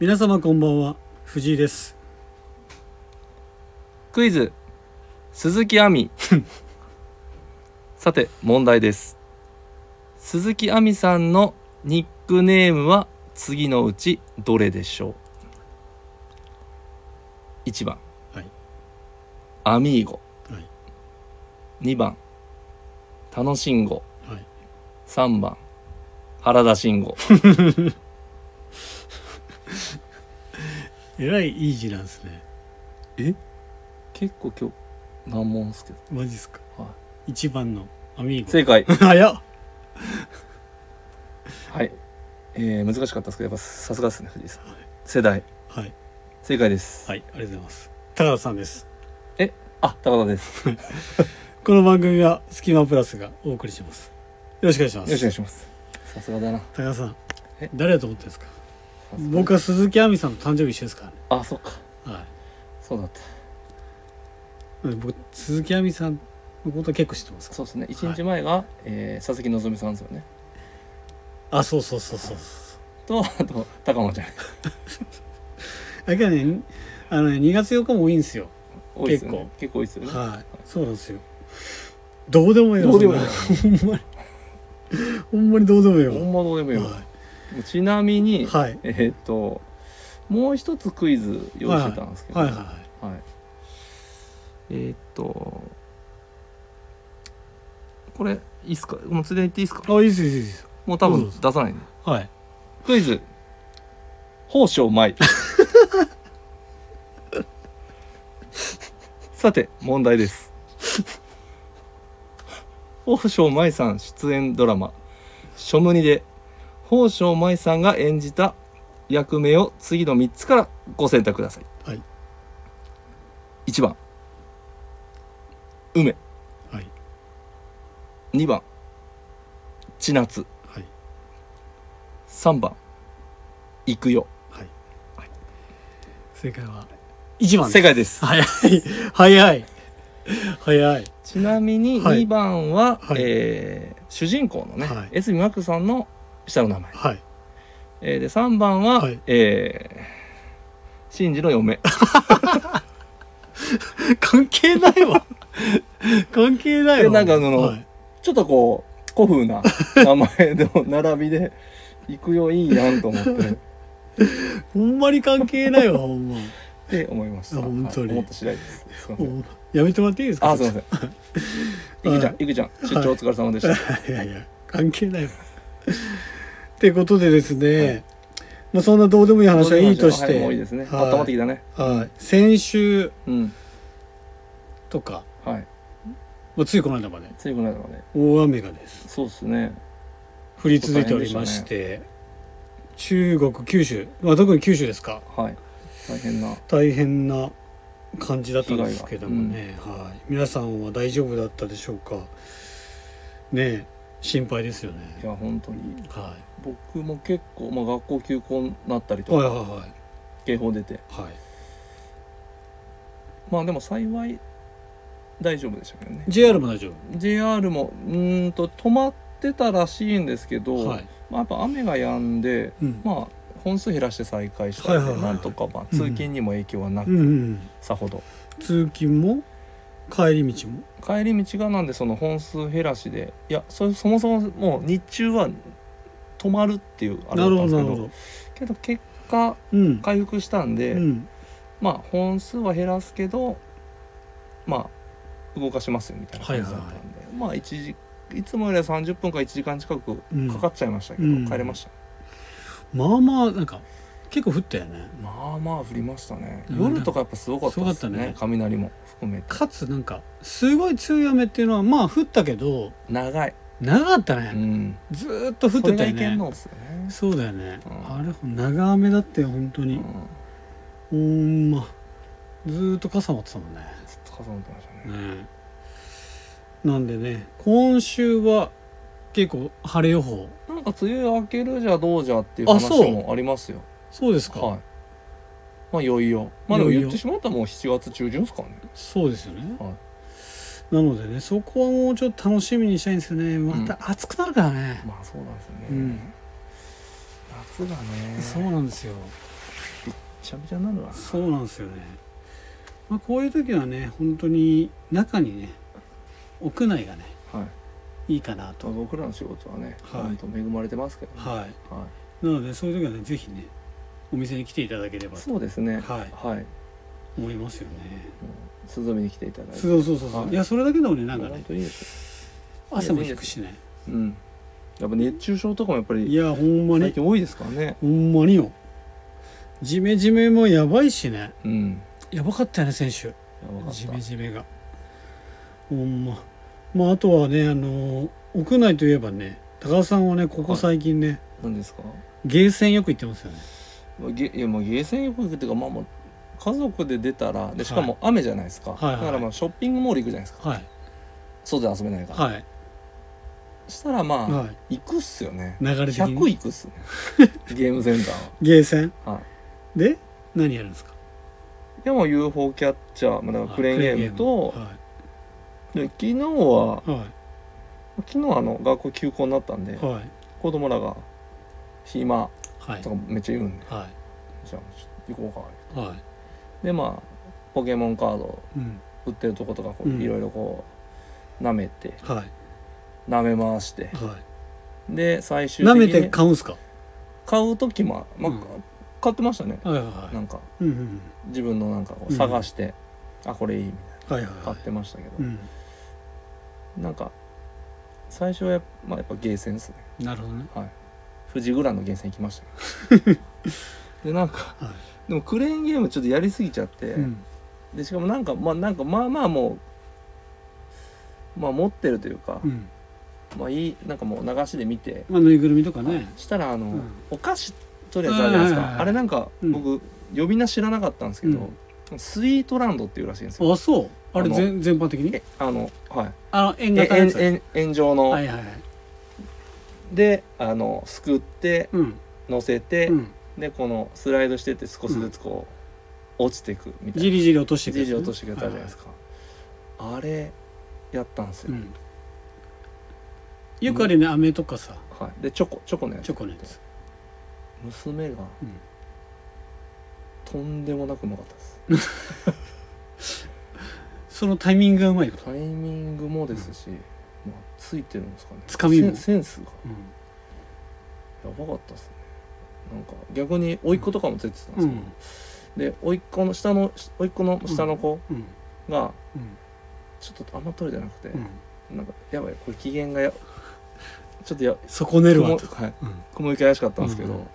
皆様こんばんは藤井ですクイズ鈴木亜 美さて問題です鈴木亜美さんのニックネームは次のうちどれでしょう1番、はいアミーゴ、はい2番楽しんごはい3番原田慎吾えらいイージーなんですね 結構今日難問ですけど、マジっすかは一番のアミいー正解ゴ早っはい、えー、難しかったですけどやっぱさすがですね藤井さん世代はい正解です、はいありがとうございます高田さんですあ高田ですよこの番組はスキマプラスがお送りしますよろしくお願いしまろしくおす願いしますさすがだな高田さんえ誰だと思ってるんですかさすが僕は鈴木亜美さんと誕生日一緒ですからねあそっかはそうだったい僕鈴木亜美さんのことは結構知ってますからそうですね一日前が、えー佐々木希さんですよねあそうそうそうそうとあと高間ち ゃんだけどねあのね2月4日も多いんですよ多いですよね結構多いですよねはいそうなんですよどうでもいいよどうでもいいそんなほんまにほんまにどうでもいいほよんまどうでもいいわはちなみいに、はいえーっともう一つクイズ用意してたんですけど、はいははい。えーっと、これ、いいっすかもうついでに言っていいっすかいはいあいいですいいですいいですもう多どう分ぞ出さないね。はいクイズ、宝生舞。 さて、問題です。宝生舞さん出演ドラマ、ショムニで、宝生舞さんが演じた役名を次の3つからご選択ください。はい1番、梅。はい2番千夏はい3番行くよはい正解は1番正解です早い早い早いちなみにはい2番は、はいえー主人公のね、はい江角真紀さんの下の名前、はいえーで3番は、はいえー、真治の嫁 関係ないわ関係ないわえなんかあのはいちょっとこう古 風な名前の並びで行くよいいやんと思 ってっほんまに関係ないわほんま て思いましたあ本当にはい思った次第ですすいまほせんんまやめてもらっていいですかあすいませんいくちゃんいくちゃん出張お疲れ様でした、 いやいや関係ないわ。ってことでですね、まあ、そんなどうでもいい話はいいとして、はいもういいですね、はい温まってきたねはい先週うんとか、はいまあ、ついこの間までついこの間まで大雨がですそうですね降り続いておりまして、中国九州、まあ、特に九州ですかはい大変な大変な感じだったんですけどもね、はい、皆さんは大丈夫だったでしょうかねえ心配ですよねい、や本当には僕も結構、まあ、学校休校になったりい、とはいかはいはい警報出てはいまあでも幸い大丈夫でしたけどね JR も大丈 JR もうーんと止まってたらしいんですけど、夫はい、まあ、やっぱ雨が止んでうんまあ本数減らして再開したはいんはいではいなんとか、まあ、通勤にも影響はなく、うんうんさほど通勤も帰り道も帰り道がなんでその本数減らしでいやそそもそももう日中は止まるっていうあれだなったるほどなんですけどるほどけど結果うん、回復したんで、うん、まあ本数は減らすけどまあ動かしますよみたいな感じだったんで、まあ一時いつもよりは30分から1時間近くうんかかっちゃいましたけど、うん帰れましたまあまあなんか結構降ったよねまあまあ降りましたねうん夜とかやっぱすごかったですすごねかったね雷も含めてかつなんかすごい強い雨っていうのはまあ降ったけど長い、長かったうね、ん、ずーっと降っそれてがたいよけんねのですよね、そうだよね、うんあれ長雨だって本当うにん、、ほんまずーっと傘持ってたもんねずっと重なってましたねねなんでね今週は結構晴れ予報なんか梅雨明けるじゃどうじゃっていうあそう話もありますよ。そうですか、はい。まあいよいよ。まあでもいよいよ言ってしまったらもう7月中旬ですからね。そうですよね、はなのでねそこはもうちょっと楽しみにしたいんですよねまた暑くなるからね、まあそうなんですよね。うん夏がね。そうなんですよちゃめちゃになるわそうなんですよね、まあ、こういう時はね本当に中にね屋内がねはいいいかなと、僕らの仕事はね、はい本当恵まれてますけど、ねははいい、なのでそういう時はねぜひねお店に来ていただければと、そうですねはい、はい、思いますよね涼みに来ていただいてそうそうそうそう、はいい、やそれだけでもねなんか本ね当いいです汗も引くしねようんやっぱ熱中症とかもやっぱいりやほんま最に近多いですからねほんまによジメジメもやばいしねうんやばかったよね選手やばかったジメジメがほんままああとはねあの屋内といえばね高田さんはねここ最近ね、何ですかゲーセンよく行ってますよねまあげいやもうゲーセン浴っていうかまあもう家族で出たらでしかも雨じゃないですか、はいはいだからまあショッピングモール行くじゃないですかはい外で遊べないから、はいしたらまあ、はい行くっすよね流れ的100に行くっ すねゲームセンターはゲーセンはいで何やるんですかでも UFO キャッチャー、まあ、だからクレーンゲームとはで昨日はいは昨日あの学校休校になったんでいはい子供らが暇はいとかめっちゃ言うんではじゃあちょっと行こうかいはいでまあポケモンカードうん売ってるとことかこうんういろいろこう舐めてはい舐め回してはで最い終舐め的てに買うんすか買う時も、まあうん買ってましたねはいはいはなんかいうんうん自分のなんかこううん探して、あこれいいみたはいいはいなは買いってましたけど、うんなんか最初はや,、まあ、やっぱゲーセンですねなるほどねはい富士グランのゲーセン行きましたね、 でなんかはでもクレーンゲームちょっとやりすぎちゃって、いうんでしかもなんかまあなんかまあまあもうまあ持ってるというか、うんまあいいなんかもう流しで見て、まあぬいぐるみとかねしたらあの、うんお菓子とりあえずあるじゃないではすいはいはいかあれなんかうん僕、呼び名知らなかったんですけど、スイートランドっていうらしいんですよあそうあれあの全全般的にえあのはいあの円え形のやつは円円円状の、いはいはいであのすくってうん乗せて、うんでこのスライドしてって少しずつこう、落ちていくみたいじなりじり落としてじいくやつねり落としてくれたじゃないですか、あれやったんですよ、はいはいうんよくあるよね飴とかさはい、でチョコチョコのやつチョコのやつ娘が、うんとんでもなくうまかったですそのタイミングがうまいことタイミングもですし、まあ、ついてるんですかね掴みもセンセンスがうやばかったですねなんか逆に甥っ子とかもついてたんでんうすけど、んで甥っ子の下の甥っ子の下の子うんがうんちょっとあんま取れてなくてう、んなんかやばいこれ機嫌がやちょっとや損ねるわと雲はいうん雲行き怪しかったんですけど、うん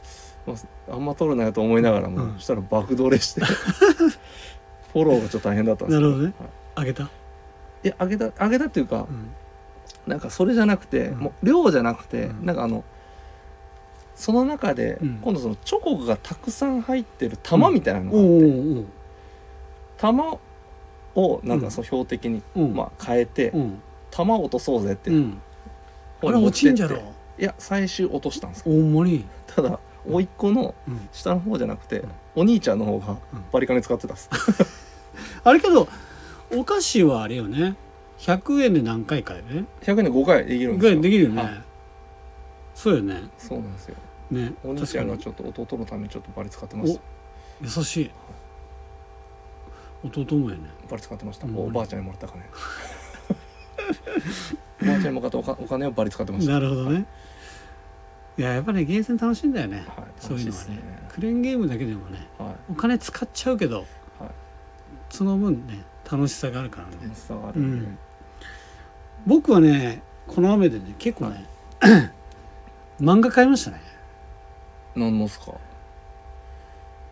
まあ、あんま取るなよと思いながらも、うんしたら爆ドレして フォローがちょっと大変だったんですなけるどほどねはいあげたいやあげたあげたっていうか、うんなんかそれじゃなくて、うんもう量じゃなくて、うんなんかあのその中で、うん今度そのチョコがたくさん入ってる玉みたいなのがおあうっおて、うおう玉をなんかそう標的に、うんまあ、変えて、うん玉を落とそうぜって、うんあ方れ落に持ってちっんてじゃろいや最終落としたんですよほんまにただ甥っ子のうん下の方じゃなくて、うんお兄ちゃんの方うがんバリカネ使ってたっす、あれけどお菓子はあれよね100円で何回かよね100円で5回できるんぐですらいよできるよはいねそうよねそうなんですよねお兄ちゃんが確ちょっと弟のためにちょっとバリ使ってましたかに優しい弟もやねバリ使ってました、うんおばあちゃんにもらった金 おばあちゃんにもらったおかお金をバリ使ってましたなるほどねいややっぱりゲーセン楽しいんだよねはいそう楽いうのしいではすねねクレーンゲームだけでもねはお金使っちゃうけどいはいその分ね楽しさがあるからね楽しさがあるんで、うん僕はねこの雨でね結構ね、 漫画買いましたね何もっすか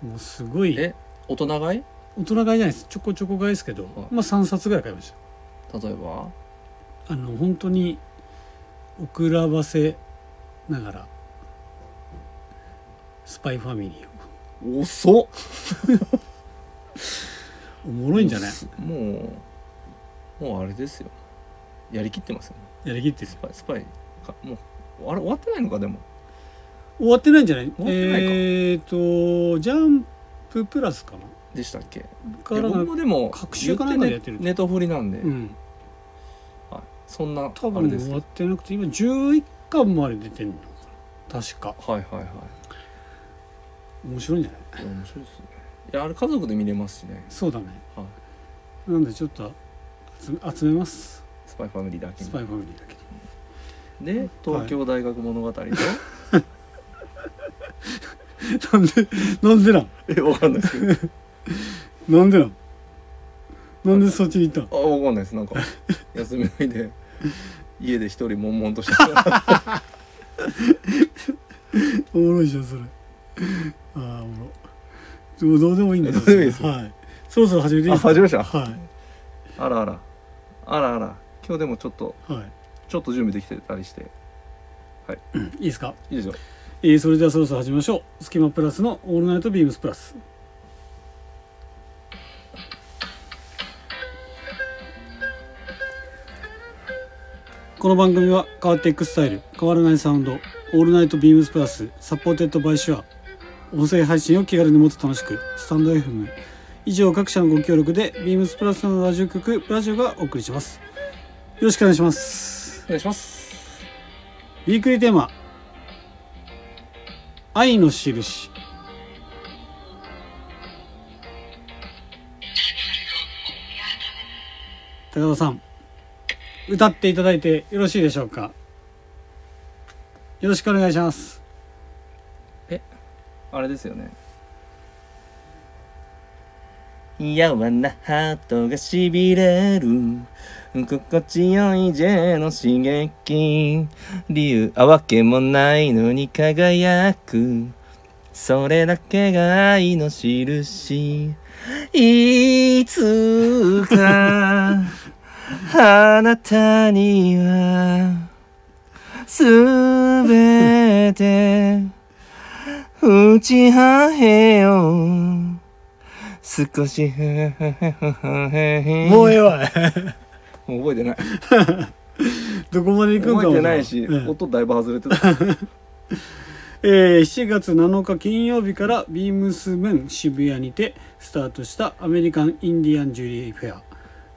もうすごいえ大人買い大人買いじゃないですちょこちょこ買いですけど、はいまあ3冊ぐらい買いまし例えばたあの本当に遅らばせながらスパイファミリーを遅っおもろいんじゃないもうもうあれですよやりきってますよねやりきってるスパイスパイかもうあれ終わってないのかでも終わってないんじゃない終わってないかえっ、とジャンププラスかなでしたっけかいやら僕もでも隔週かなんかでやってるネトフリなんで、うんはい、そんなあ多れ分です終けわっどてなくて今11巻まで出てるのかな確かはいはいは面白いんじゃないいいや面白いですねいやあれ家族で見れますしね、そうだねはい、なんでちょっと集め集めますスパイファミリーだけスにパイファミリーだけにで東京大学物語と、なんでなんでなん えわかんないですけどなんでなんなんでそっちに行ったあわかんないですなんか休みの日で家で一人悶々としてたんおもろいじゃんそれ ああおもろでもどうでもいいんだよどうでもいいですはいそろそろ 始めていいですかあ始めましたはいあらあらあらあら今日でもちょっとはい、ちょっと準備できてたりしていいですか、いいですよえー、それではそろそろ始めましょう「スキマプラス」の「オールナイトビームスプラス」この番組は変わっていくスタイル変わらないサウンド「オールナイトビームスプラス」サポーテッドバイシュア音声配信を気軽にもっと楽しくスタンド FM 以上各社のご協力でビームスプラスのラジオ局プラジオがお送りしますよろしくお願いしますお願いしますウィークリーテーマ「愛の印」高田さん歌っていただいてよろしいでしょうかよろしくお願いし ますあれですよねやわなハートがしびれる心地よい J の刺激理由はわけもないのに輝くそれだけが愛の印いつかあなたにはすべて打ちはへよ少しふふふふふもうええわも う覚えてない どこまで行くんか覚えもてないし、うん音だいぶ外れ てたえー7月7日金曜日からビームスムーン渋谷にてスタートしたアメリカン・インディアン・ジュエリーフェア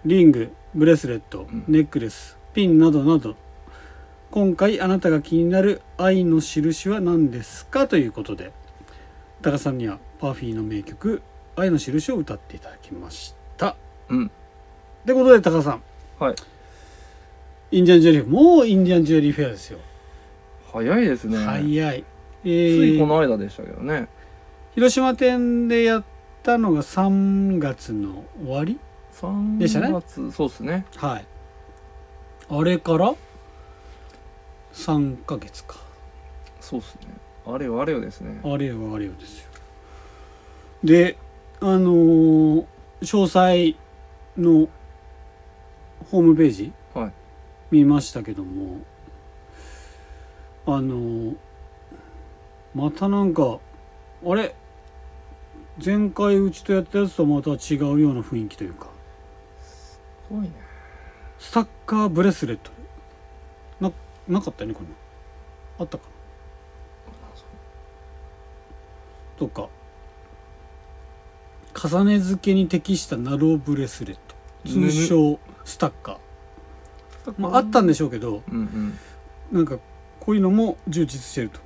リングブレスレットんネックレスピンなどなど今回あなたが気になる愛の印は何ですかということで高さんにはパフィーの名曲「愛の印」を歌っていただきましたうんってことで高さんはいインディアン・ジュエリーもうインディアン・ジュエリーフェアですよ、早いですね、早い、えつーいこの間でしたけどね広島店でやったのが3月の終わり3でしたね月、そうですねはいあれから3ヶ月かそうっすねあれよあれよですねあれよあれよですよであのー詳細のホームページはい見ましたけどもあのーまたなんかあれ前回うちとやったやつとまた違うような雰囲気というかすごいねスタッカーブレスレットななかったよねこんなのあったかなとか重ね付けに適したナローブレスレット通称スタッカー、まあ、あったんでしょうけどうんうんなんかこういうのも充実してると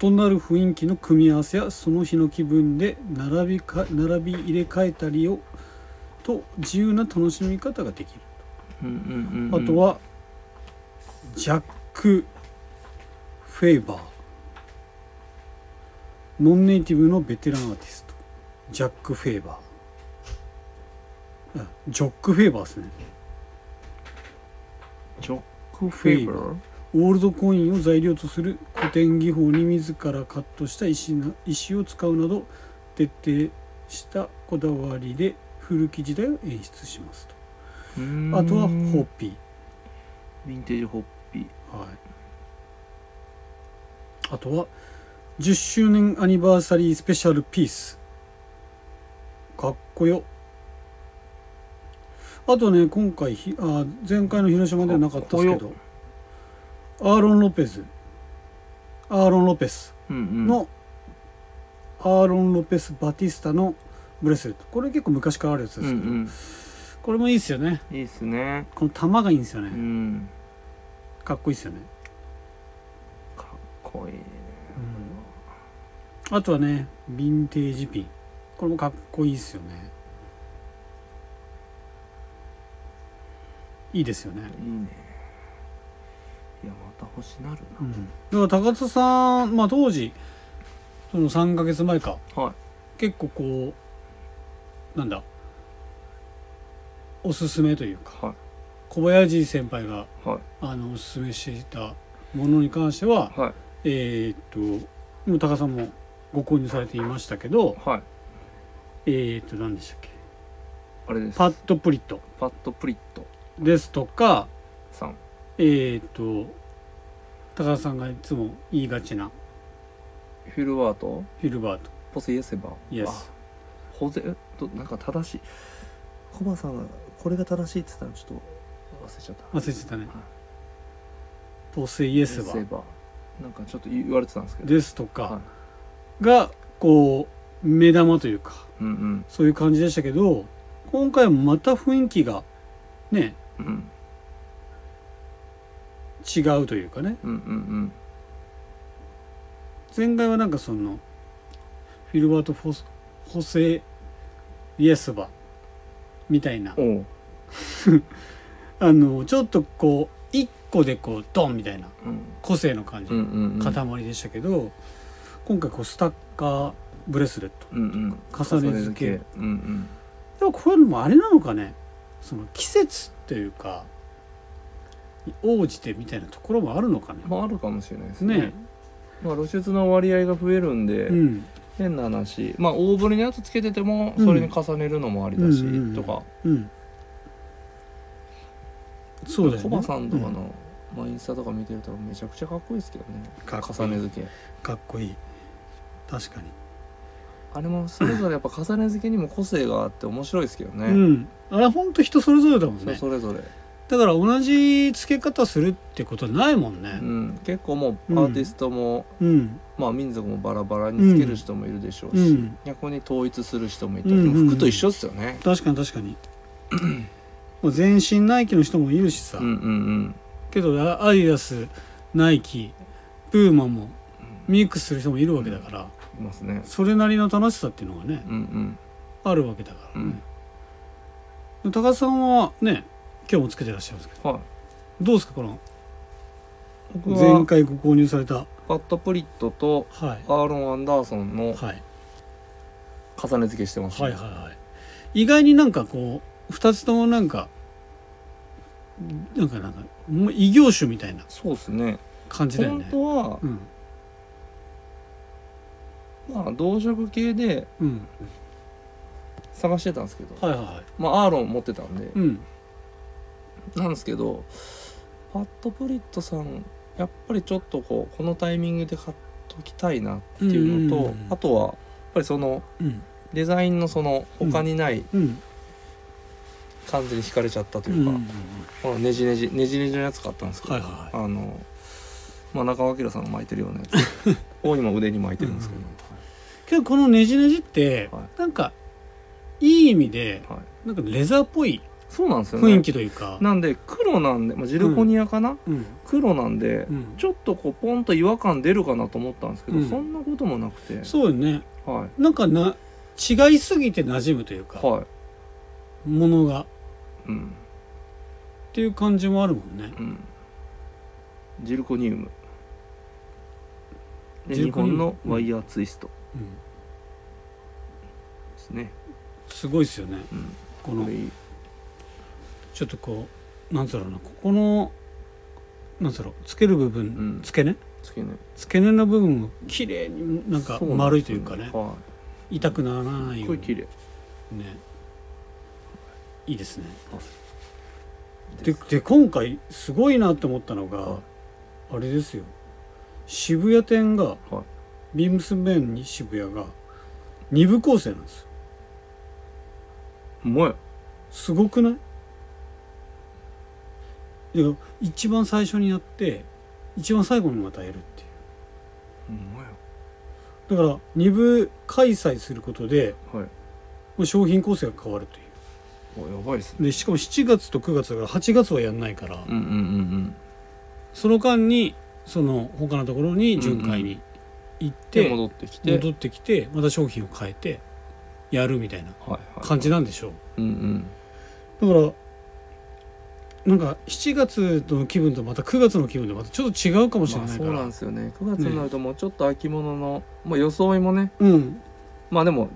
異なる雰囲気の組み合わせやその日の気分で並びか並び入れ替えたりをと自由な楽しみ方ができるうんうんうんうあんとはジャック・フェイバーノンネイティブのベテランアーティストジャック・フェイバーあジョック・フェイバーですねジョックフェイバーオールドコインを材料とする古典技法に自らカットした石な石を使うなど徹底したこだわりで古き時代を演出しますとうーんあとはホッピーヴィンテージホッピーはい、あとは10周年アニバーサリースペシャルピースかっこよあとね今回ひあ前回の広島ではなかったですけかっどアーロン・ロペスアーロン・ロペスうんうんの、アーロン・ロペス・バティスタのブレスレットこれ結構昔からあるやつうんでうすけど、んこれもいいですよねいいっすねこの玉がいいんですようねんかっこいいですよねかっこいいねあとはねヴィンテージピンこれもかっこいいですよねいいですよねいいねいやまた星なるうん、だから高田さん、まあ、当時その3ヶ月前かなはい結構こうなんだおすすめというかは小林先輩がいはあのおすすめしていたものに関してはいはいえーっともう高田さんもご購入されていましたけどはいえーっと何でしたっけあれですパッドプリットパッドプリットですとかさんえーっと高田さんがいつも言いがちなフィルワートフィルバートポセイエセバイエあスホゼえとなんか正しいコバさんがこれが正しいって言ったらちょっと忘れちゃった忘れてたねはいポセイエスエバセバなんかちょっと言われてたんですけどですとはかいがこう目玉というかうんそういう感じでしたけど今回もまた雰囲気がねうんうん違うというかねうんうんうん前回はなんかそのフィルバート・フォスホセ・イエスバみたいなおうあのちょっとこう一個でこうドンみたいなうん個性の感じうんうんうん塊でしたけど今回こうスタッカーブレスレットうんうん重ね付けうんうんでもこれもあれなのかねその季節というかに応じてみたいなところもあるのかね。まああるかもしれないですねねまあ露出の割合が増えるんで、うん変な話まあ大ぶりのやつつけててもうんそれに重ねるのもありだし、うんうんうんとかうん、そうだよコね。バさんとかうの、まあ、インスタとか見てるとめちゃくちゃかっこいいですけどねかっこいい重ね付けかっこいい確かに、あれもそれぞれやっぱ重ね付けにも個性があって面白いですけどね、うんあれほんと人それぞれだもん人ねそれぞれ、だから同じ付け方するってことはないもんうねん、結構もううんアーティストも、うんまあ、民族もバラバラにつける人もいるでしょうし、うん逆に統一する人もいて、うんうんうんでも服と一緒っすよね確かに確か にもう全身ナイキの人もいるしさ、うんうんけどアアディダスナイキプーマもミックスする人もいるわけだから、うんいますねそれなりの楽しさっていうのがね、うんうんあるわけだからね、高田さんはね今日もつけてらっしゃるんですけどはいどうですかこの僕前は回ご購入されたパッドプリットとはいアーロン・アンダーソンのはい重ね付けしてます、はいはいはい意外になんかこう2つともなんかなんかなんかもう異業種みたいなそうですね感じだよ本ね当はう、んまあ、同色系でうん探してたんですけど、はいはいはいまあ、アーロン持ってたんで、うんなんですけどパッドプリットさんやっぱりちょっとこうこのタイミングで買っときたいなっていうのと、うんうんうんあとはやっぱりそのうんデザインのその他にないうん感じに惹かれちゃったとういうんか、うんこのねじねじねじねじのやつ買ったんですけど、はいはいあの、まあ、中尾明さんが巻いてるようなやつ を今腕に巻いてるんですけど、うんけどこのねじねじってはなんかいい意味ではい、なんかレザーっぽいそうなんですよね雰囲気というか、なんで黒なんで、まあ、ジルコニアかな、うん黒なんでうん、ちょっとこうポンと違和感出るかなと思ったんですけど、うんそんなこともなくてそうよねはいなんかな違いすぎて馴染むというか、はいものがっうんていう感じもあるもんねうんジルコニウムでジ日ルコニウ本ムのワイヤーツイストうんですね、すごいですよねうん、ここのれいいちょっとこうなんつうのかなここのなんつうのつける部分、ん付け根付け根付け根の部分を綺麗になんかそなんですよ丸いというかねは痛くならないよいすうごいに綺麗ねいいですねででで今回すごいなと思ったのが、はあれですよ渋谷店が、はビームスメンに渋谷が2部構成なんですようまいすごくないで一番最初にやって一番最後にまたやるっていうまいようだから2部開催することではいもう商品構成が変わるといおやばいっすねうでしかも7月と9月だから8月はやんないから、うんうんうんその間にその他のところに巡回に行っうんでて、戻ってきて戻ってきてまた商品を変えてやるみたいなはいはい感じなんでしょううんうんだからなんか7月の気分とまた9月の気分でまたちょっと違うかもしれまあないそかうら、なんですよね9月になるともうちょっと秋物の、もう装いもねうんまあでも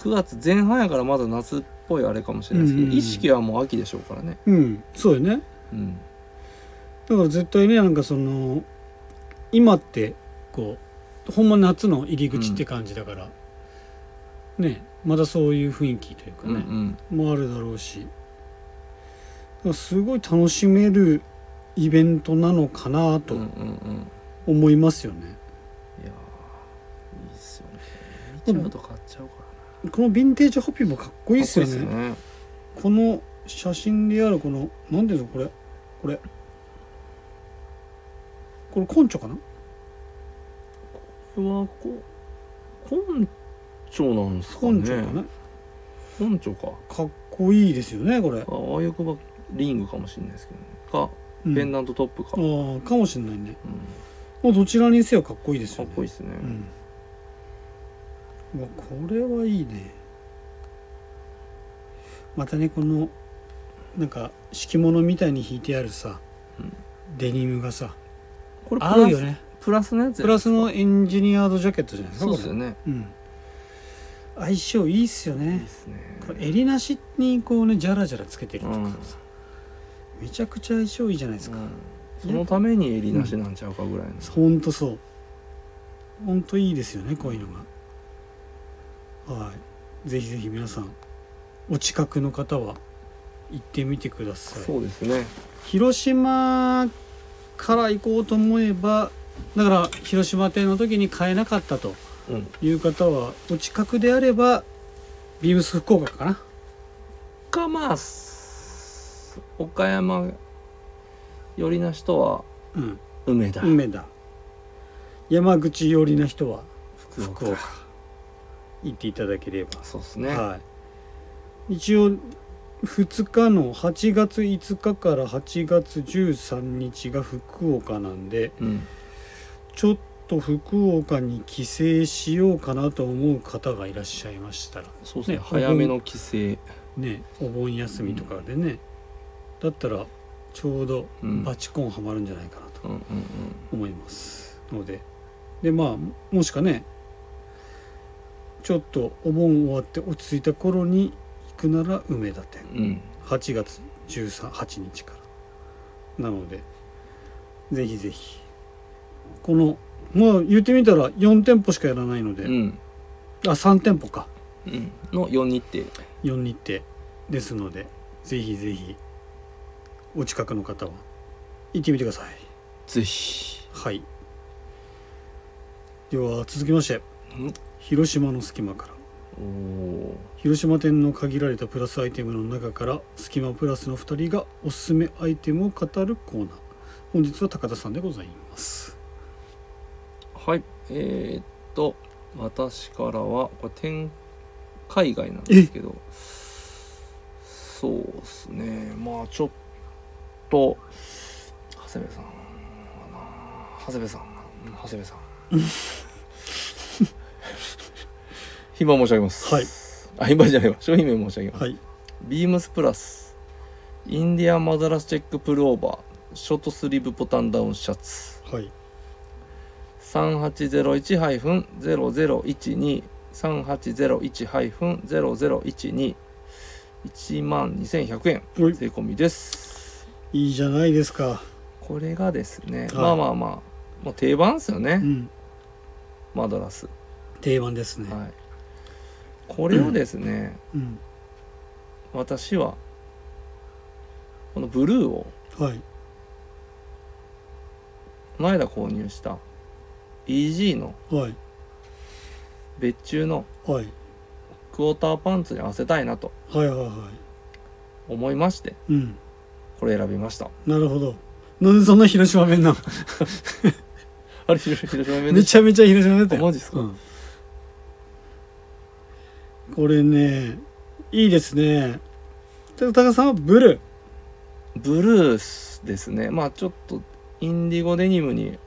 9月前半やからまだ夏っぽいあれかもしれないですけど、うんうんうん意識はもう秋でしょうからねうんそうよねうんだから絶対ねなんかその今ってこうほんま夏の入り口って感じだから、ねまだそういう雰囲気というかうんうね、んもあるだろうしだからすごい楽しめるイベントなのかなうとんうんうん思いますよね、いやーいいっすよね見ちゃうと買っちゃうからなこのヴィンテージホピーもかっこいいっすよねかっこいいっすねこの写真であるこの何ていうのこれこれこれ根拠かなこれはこ根性なんですかね根拠かな、根性かかっこいいですよねこれ、ああよくばリングかもしれないですけどねかうんペンダントトップか、うんああかもしれないねもうどちらにせよかっこいいですかよっねこいいですね、うん、うわこれはいいねまたねこのなんか敷物みたいに引いてあるさ、うんデニムがさこれプ合うラよス、ねプラスのやつプラスのエンジニアードジャケットじゃないですかそうですよね、ねうん、相性いいっすよいいねですねこれ襟なしにこうねジャラジャラつけてるとかさ、めちゃくちゃ相性いいじゃないですか、うんそのために襟なしなんちゃうかぐらいの、ほんとそうほんといいですよねこういうのがはいぜひぜひ皆さんお近くの方は行ってみてくださいそうですね広島から行こうと思えばだから広島店の時に買えなかったとうんいう方はお近くであればビームス福岡かなかまあす岡山寄りな人はうん梅田、梅田山口寄りな人は福福岡行っていただければそうですね、はい、一応2日の8月5日から8月13日が福岡なんでうんちょっと福岡に帰省しようかなと思う方がいらっしゃいましたらそうですねね早めの帰省、ねお盆休みとかでね、だったらちょうどうん、バチコンはまるんじゃないかなとうんうん思いますのででまあもしかねちょっとお盆終わって落ち着いた頃に行くなら梅田店うんうん8月138日からなのでぜひぜひこのまあ言ってみたら4店舗しかやらないので、うんあ3店舗かうんの4日程4日程ですのでぜひぜひお近くの方は行ってみてくださいぜひはいでは続きましてうん広島の隙間からおお広島店の限られたプラスアイテムの中からスキマプラスの2人がおすすめアイテムを語るコーナー本日は高田さんでございますはいえー、っと私からはこれ天海外なんですけどそうですねまあちょっと長谷部さん長谷部さん長谷部さん 暇申し上げますはいあ暇じゃないわ商品名申し上げます、はいビームスプラスインディアンマザラスチェックプルオーバーショートスリーブボタンダウンシャツはい3801-00123801-0012 12,100円おい税込みですいいじゃないですかこれがですね、いまあまあまあもう定番ですよね、うんマドラス、定番ですね、はい、これをですね、うん私はこのブルーをはいこの間購入した EG のはい別注のはいクォーターパンツに合わせたいなとはいはいは思いましていうんこれ選びましたなるほどなんでそんな広島弁なのあれ広広島弁でめちゃめちゃ広島弁だあよマジっすかうんこれねいいですね高田さんはブルブルースですねまあちょっとインディゴデニムに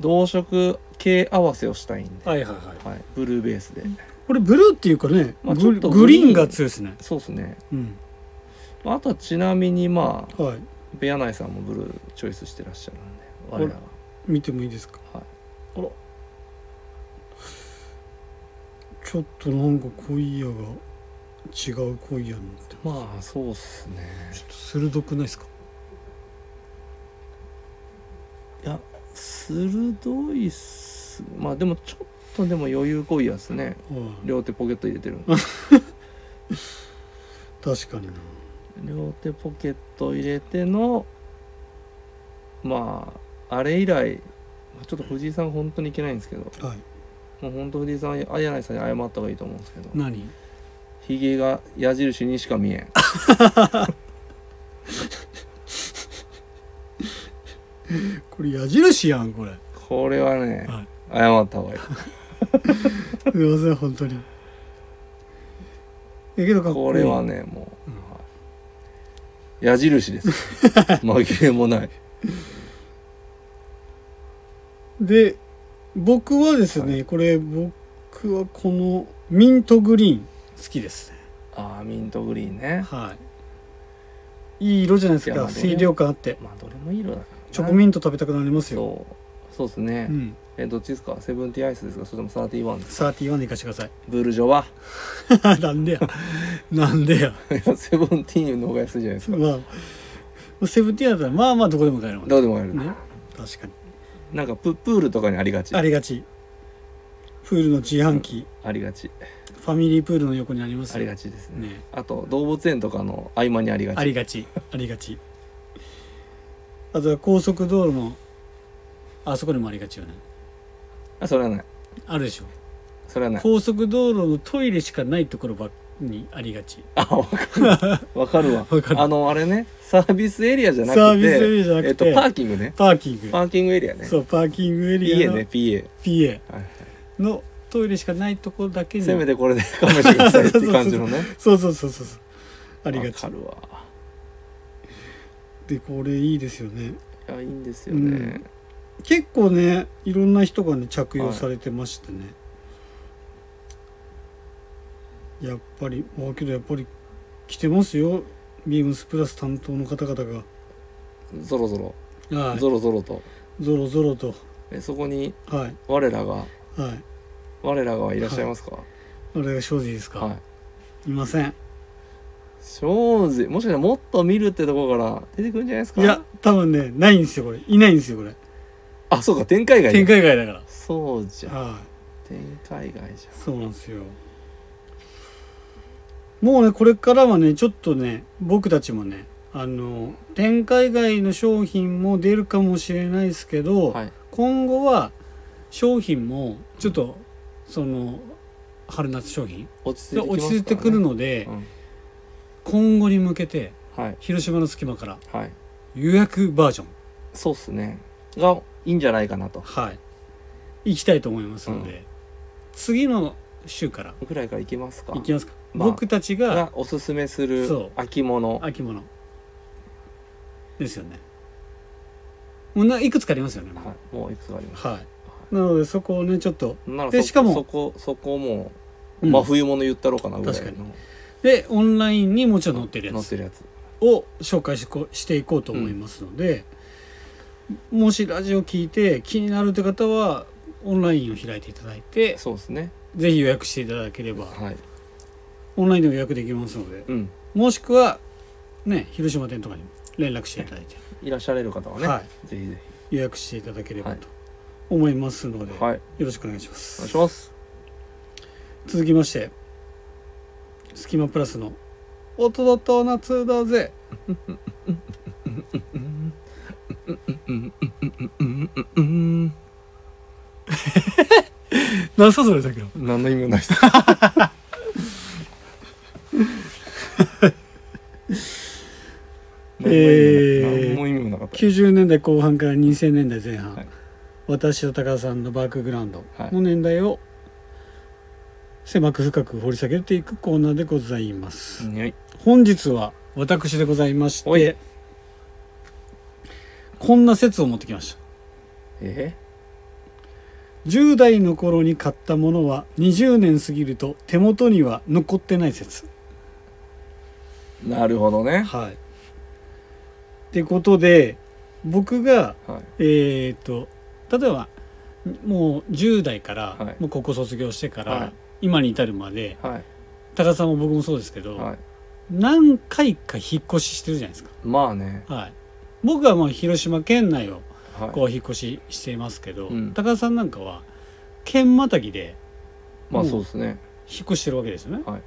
同色系合わせをしたいんで、ーはいはいはいはい、ブルーベースでここれブルーっていうかね、まあグちょっとグリーンが強いですねそうですねうんあとはちなみにまあはい柳井さんもブルーチョイスしてらっしゃるんで我らは見てもいいですかはいあらちょっとなんか恋やが違う恋やなんてまあそうっすねちょっと鋭くないですかいや鋭いっすまあでもちょっとでも余裕こいやっすねはい両手ポケット入れてるんで確かにな両手ポケット入れてのまああれ以来まあちょっと藤井さん本当にいけないんですけどはいもう本当藤井さんは柳井さんに謝った方がいいと思うんですけど何ひげが矢印にしか見えんこれ矢印やんこれこれはね、はい謝った方がいいすいません本当にえけどかっこいいこれはねもう、うんはい矢印 です紛れもないで僕はですね、これ僕はこのミントグリーン好きですねああミントグリーンねはいいい色じゃないですいやかまあ清涼感あってまあどれもいい色だからなチョコミント食べたくなりますよそうそうですね、うんえどっちですかセブンティーアイスですかそれともサーティワンですかサーティワンでいかしてくださいブルジョワ なんでやなんでやいやセブンティーンの方が安いじゃないですかまあセブンティーンだったらまあまあどこでも買えるもんねどうでもやる、ね確かになんかププールとかにありがちありがちプールの自販機、ありがちファミリープールの横にありますありがちちですねねあと動物園とかの合間にありがちありがちありがちあとは高速道路のあそこにもありがちよねあそれはないあるでしょそれはない高速道路のトイレしかないところばっにありがちあわかる わかるわわかるあのあれねサービスエリアじゃなくてサービスエリアじゃなくてえっと、パーキングねパーキングパーキングエリアねそうパーキングエリア PA のね PA、 PA はいはいのトイレしかないところだけにせめてこれで勘弁してくださいっていう感じのねそうそうそうそうそう ありがわちかるわでこれいいですよねいやいいんですよね、うん結構ねいろんな人がね着用されてましてね、やっぱりまあけどやっぱり着てますよビームスプラス担当の方々が、ぞろぞろはい、ぞろぞろとゾロゾロとえそこにはい我らがはい我らがはいらっしゃいますかあれが庄司ですか、はいいません庄司もしかしたらもっと見るってところから出てくるんじゃないですかいや多分ねないんですよこれいないんですよこれあそうか展開外展だ開外だかそうじゃらんはい展開外じそうなんですよもうねこれからはねちょっとね僕たちもねあの展開外の商品も出るかもしれないですけゃど、んはい今後は商品もちょっとその春夏商品落ち着いがてきますから、落ね、ち着いてくるので、うん今後に向けてはい広島の隙間からはい予約バージョンそうっすねがいいんじゃないかなとはい行きたいと思いますので、う次の週からぐらいからいけますか行きますか、まあ僕たちががおすすめすそるう秋物秋物ですよねもうないくつかありますよねもうはいもういくつかありますはいなのでそこをねちょっとならでそしかもそこそこもううん真冬物言ったろうかなぐらい確かのでオンラインにもちろん載ってるや載っつてるやつを紹介しこしていこうと思いますので、もしラジオ聞いて気になるという方はオンラインを開いていただいてそうですねぜひ予約していただければはいオンラインでも予約できますのでうんもしくはね広島店とかにも連絡していただいて、いらっしゃれる方はね、はぜひぜい、予約していただければはいと思いますので、ひはいよろしくお願いしまお願いすします続きましてスキマプラスの「音だと夏だぜうーん」なさそれだけど何の意味もないですえー 何も意味もなかったです90年代後半から2000年代前半、はい私と高田さんのバックグラウンドはいの年代を狭く深く掘り下げていくコーナーでございます、匂い本日は私でございましおいてこんな説を持ってきましたえ10代の頃に買ったものは20年過ぎると手元には残ってない説なるほどね。はいってことで僕がはい。えー、と例えばもう10代から、はいもう高校卒業してから、はい今に至るまではい。高田さんも僕もそうですけど、はい。何回か引っ越ししてるじゃないですまあね。か、はい、僕はもう広島県内をはい。こう引っ越ししていますけど、うん高田さんなんかは県またぎでまあそうですね。引っ越してるわけですよね、はい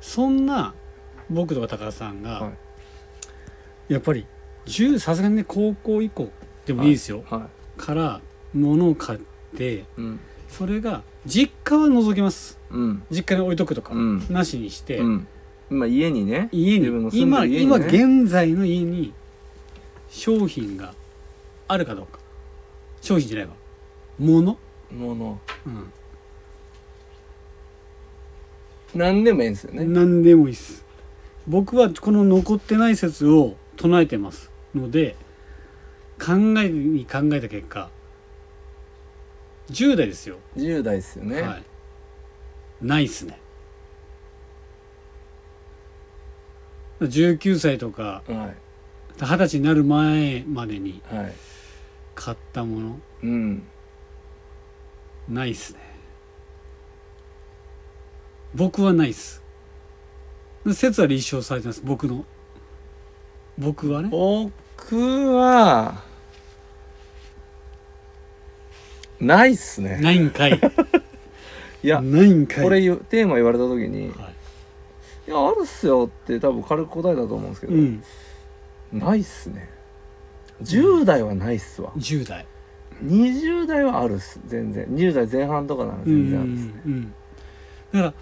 そんな僕とか高田さんが、はやっぱり10さすがにね高校以降でもいいですよ、はから物を買ってい。うん。それが実家は除きますうん。実家に置いとくとか、うんなしにして、うん。今家にね。家に自分の住んで今る家にね今現在の家に商品があるかどうか商品じゃないわ物、もの。うん、何でもいいんですよね。何でもいいです僕はこの残ってない説を唱えてますので考えに考えた結果10代ですよ、 10代ですよね。はいないっすね19歳とかは二十歳になる前までにい。はい。買ったものうん。ないっすね僕はないっす説は立証されてます僕の僕はね僕はないっすねないんかいいやないんかいこれ言うテーマ言われた時にはい「いやあるっすよ」って多分軽く答えたと思うんですけど、うんないっすね10代はないっすわ、 10代20代はあるっす全然20代前半とかならうん全然あるっす、うんだから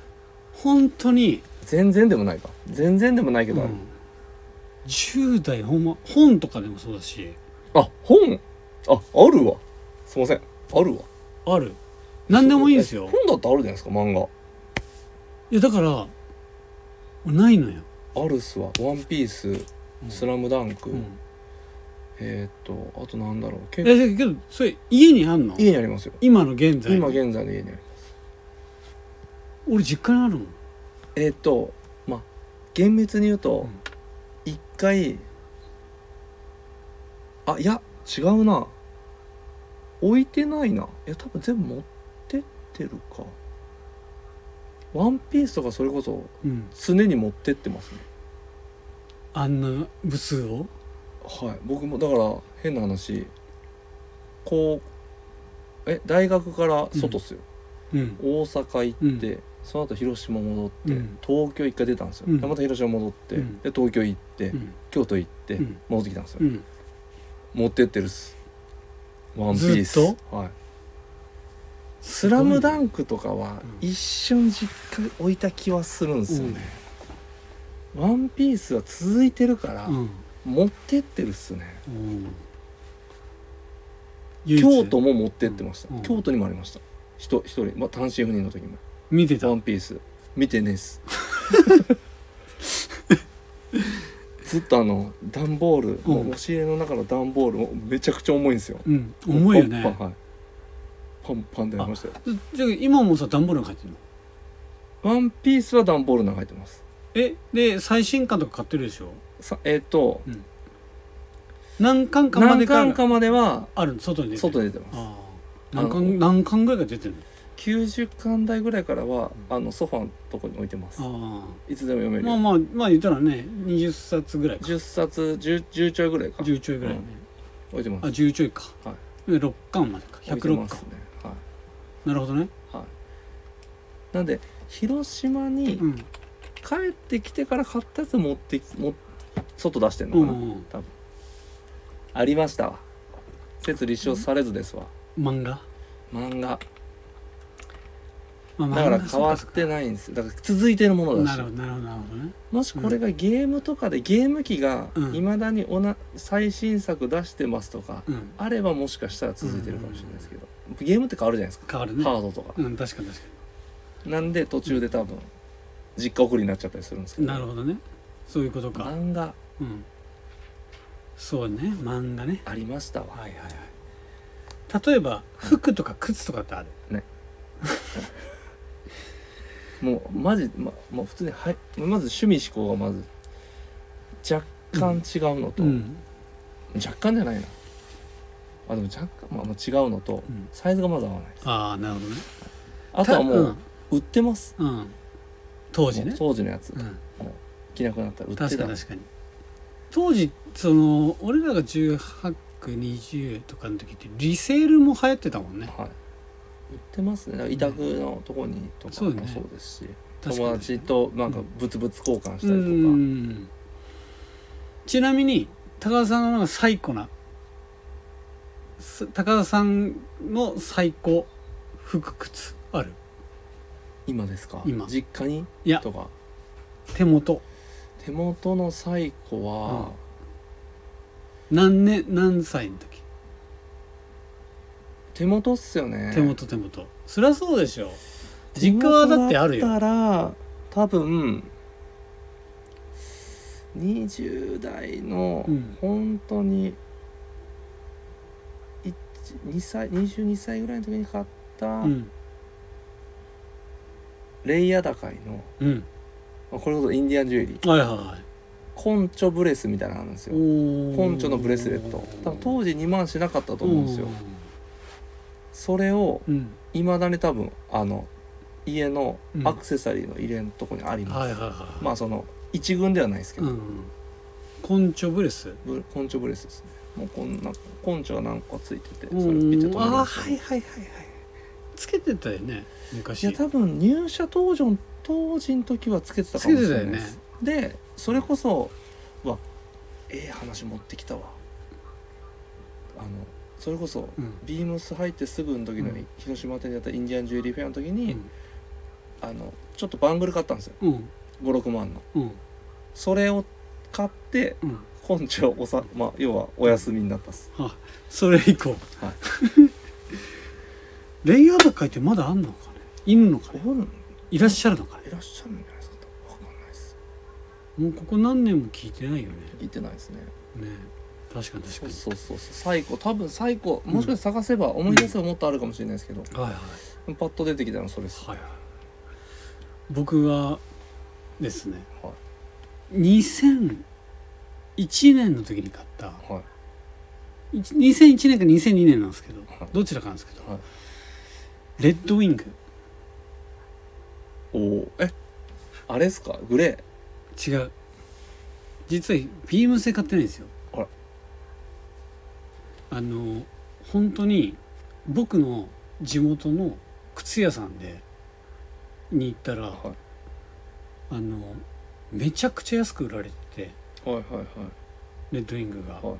本当に、全然でもないか全然でもないけうどある、ん、10代ほんま本とかでもそうだしあ本ああるわすいませんあるわある何でもいいんですよ本だってあるじゃないですか漫画いやだからないのよ、あるっすわ「ワンピーススラムダンク、うん、えー、っとあとなんだろうえ結構だけどそれ家にあんの家にありますよ今の現在今現在の家にあります俺実家にあるもんえー、っとまあ厳密に言うとん一、回あいや違うな置いてないないや多分全部持ってってるかワンピースとかそれこそうん、常に持ってってますねあんな部数をはい僕もだから変な話こうえ大学から外っすよ、うん大阪行って、その後広島戻って、うん東京一回出たんですよ、うんでまた広島戻って、うんで東京行って、うん京都行って、うん戻ってきたんですよ、うん持ってってるっすワンピースずっはい「スラムダンクとかはうん一瞬実家に置いた気はするんですよね、ワンピースは続いてるから、うん、持ってってるっすねうん、京唯都一も持ってってました、うん京都にもありました人一人、まあ、単身赴任の時も見て「たワンピース見てねえっ すずっとあの段ボール、うんもう押し入れの中の段ボールもめちゃくちゃ重いんですようん重いよパンねパンはいパンパンでありましたよじゃあ今もさ段ボールが入ってるのワンピースは段ボールの中入ってますえで最新刊とか買ってるでしょさえっ、と何巻かま何でか巻かまではあるの外に出てる外に出てますああ何あの巻何巻ぐらいが出てるの90巻台ぐらいからはあのソファのとこに置いてますあいつでも読めあるまよあまあまあ言ったらね20冊ぐらいか10冊 10, 10ちょいぐらいか10ちょいぐらいね、置いてますあ10ちょいか、はで6巻までか置いてま106す巻ねはいなるほどねはい、なんで広島にうん帰ってきてから買ったやつ持ってきも外出してんのうかな、んうんありましたわ説立証されずですわ、漫画漫画まあ漫画だから変わっそうかてないんですよだから続いてるもそうのかだなるほしどなるほどなるほどねもしこれがゲームとかでゲーム機がうんいまだにおな最新作出してますとか、うんあればもしかしたら続いてるかもしれないですけど、ゲームって変わるじゃないですか、変わるねハードとかうん確かに確かなんで途中で多分実家送りになっちゃったりするんですけにどなるほどねそういうことか漫画うんそうね漫画ねありましたわはいはいはい例えば服とか靴とかってあるもうマジまもう普通にはいまず趣味思考がまず若干違うのと、うん若干じゃないなあでも若干、まあ、まあ違うのと、うんサイズがまず合わないああなるほどねあとはもうた売ってますうん、うん当時ねもう当時のやつ、うん着なくなったら売ってた確か確かに当時その俺らが1820とかの時ってリセールも流行ってたもんねはい、売ってますねだから委託のとこにとかそうだもねそうですし、確かに友達となんか物々交換したうりとか、んちなみに高田さんのなんか最古なす高田さんの最古服靴ある今ですか今実家にいやとか手元手元の最古は、何年何歳の時手元っすよね手元手元そりゃそうでしょ実家はだってあるよ手元だったら多分20代のうん本当に1 2歳22歳ぐらいの時に買ったうんレイヤー高いの、うんまあこれこそインディアンジュエリーはいはいはいコンチョブレスみたいなのあるんですよココンチョのブレスレット多分当時2万しなかったと思うんですよそれをうんいまだに多分あの家のうんアクセサリーの入れんとこにあります、はいはいはいまあその一軍ではないですけうど、んコンチョブレスブコンチョブレスですねもうこんなコンチョが何個かついててそれをピッてうん止めるあんあですよはいはいはいはいつけてたよね昔いや多分入社当時の当時の時はつけてたかもしれないですでそれこそうわええ話持ってきたわあのそれこそうんビームス入ってすぐの時のうん広島店でやったインディアンジュエリーフェアの時うに、んあのちょっとバングル買ったんですようん56万のうんそれを買ってうん本庁おさ、まあ、要はお休みになったっすあそれ以降はレイヤード会ってまだあんのかねいるのかねおる んいらっしゃるのかねいらっしゃるんじゃないですかわかんないですもうここ何年も聞いてないよね聞いてないですねね確かに確そかうにそうそうそう最古多分最古もしかして探せば思い出せばもっとあるかもしれないですけど、はいはいパッと出てきたのはそれです、はいはい僕はですねは2001年の時に買ったいはいいち2001年か2002年なんですけどはいどちらかなんですけど、はいレッドウィングおおえあれですかグレ違う実はビーム製買ってないんですよあらあの本当に僕の地元の靴屋さんでに行ったら、ーはあのめちゃくちゃ安く売られてていはいはいレッドウィングがはい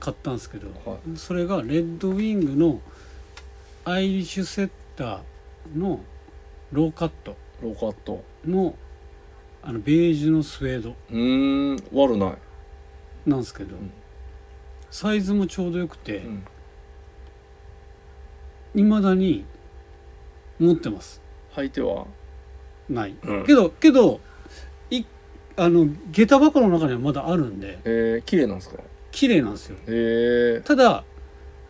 買ったんですけど、はいそれがレッドウィングのアイリッシュセッターのローカットロカットのあのベージュのスウェードうーん悪ない、なんですけど、うんサイズもちょうどよくてうん、いま、未だに持ってます履いてはない、うんけどけどいあの下駄箱の中にはまだあるんでえー、綺麗なんですか綺麗なんですよえー、ただ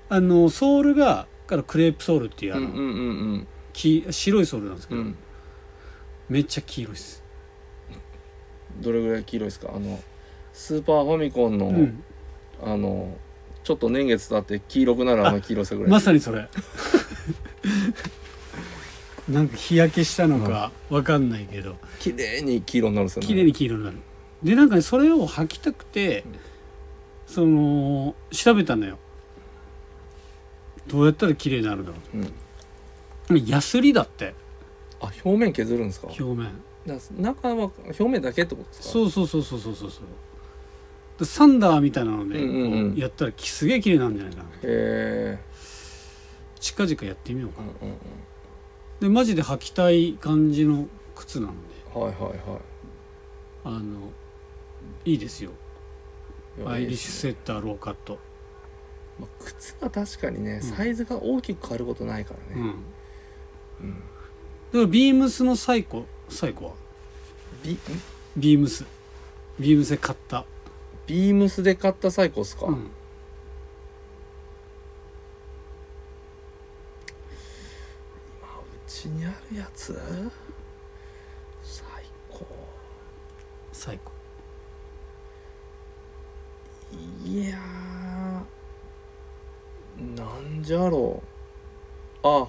あのソールがあのクレープソールっていううあんの、うんうんき白いソールなんですけうんうど、んめっちゃ黄色いです、どれぐらい黄色いですかあのスーパーファミコンの、うん、あのちょっと年月経って黄色くなるあの黄色さぐらいまさに それなんか日焼けしたのかわかんないけど綺麗に黄色になるんですよね綺麗に黄色になるでなんかねそれを履きたくてうんその調べたのよどうやったら綺麗になるんだろうん、うヤスリだってあ表面削るんですか表面な中は表面だけってことですかうそうそうそうそうそうそうそうでサンダーみたいなので、うんうんうんこうやったらきすげえ綺麗なんじゃないかなへえ近々やってみよううかんなうんでマジで履きたい感じの靴なんでうんはいはいはいあのいいですよいやアイリッいいシュですセねッターローカット、まあ、靴は確かにね、んサイズが大きく変わることないかうらね、んうんだからビームスの最古最古はビビームスビームスで買った、ビームスで買ったサイコっすか、うんちにあるやつ最高最高いやーなんじゃろうあ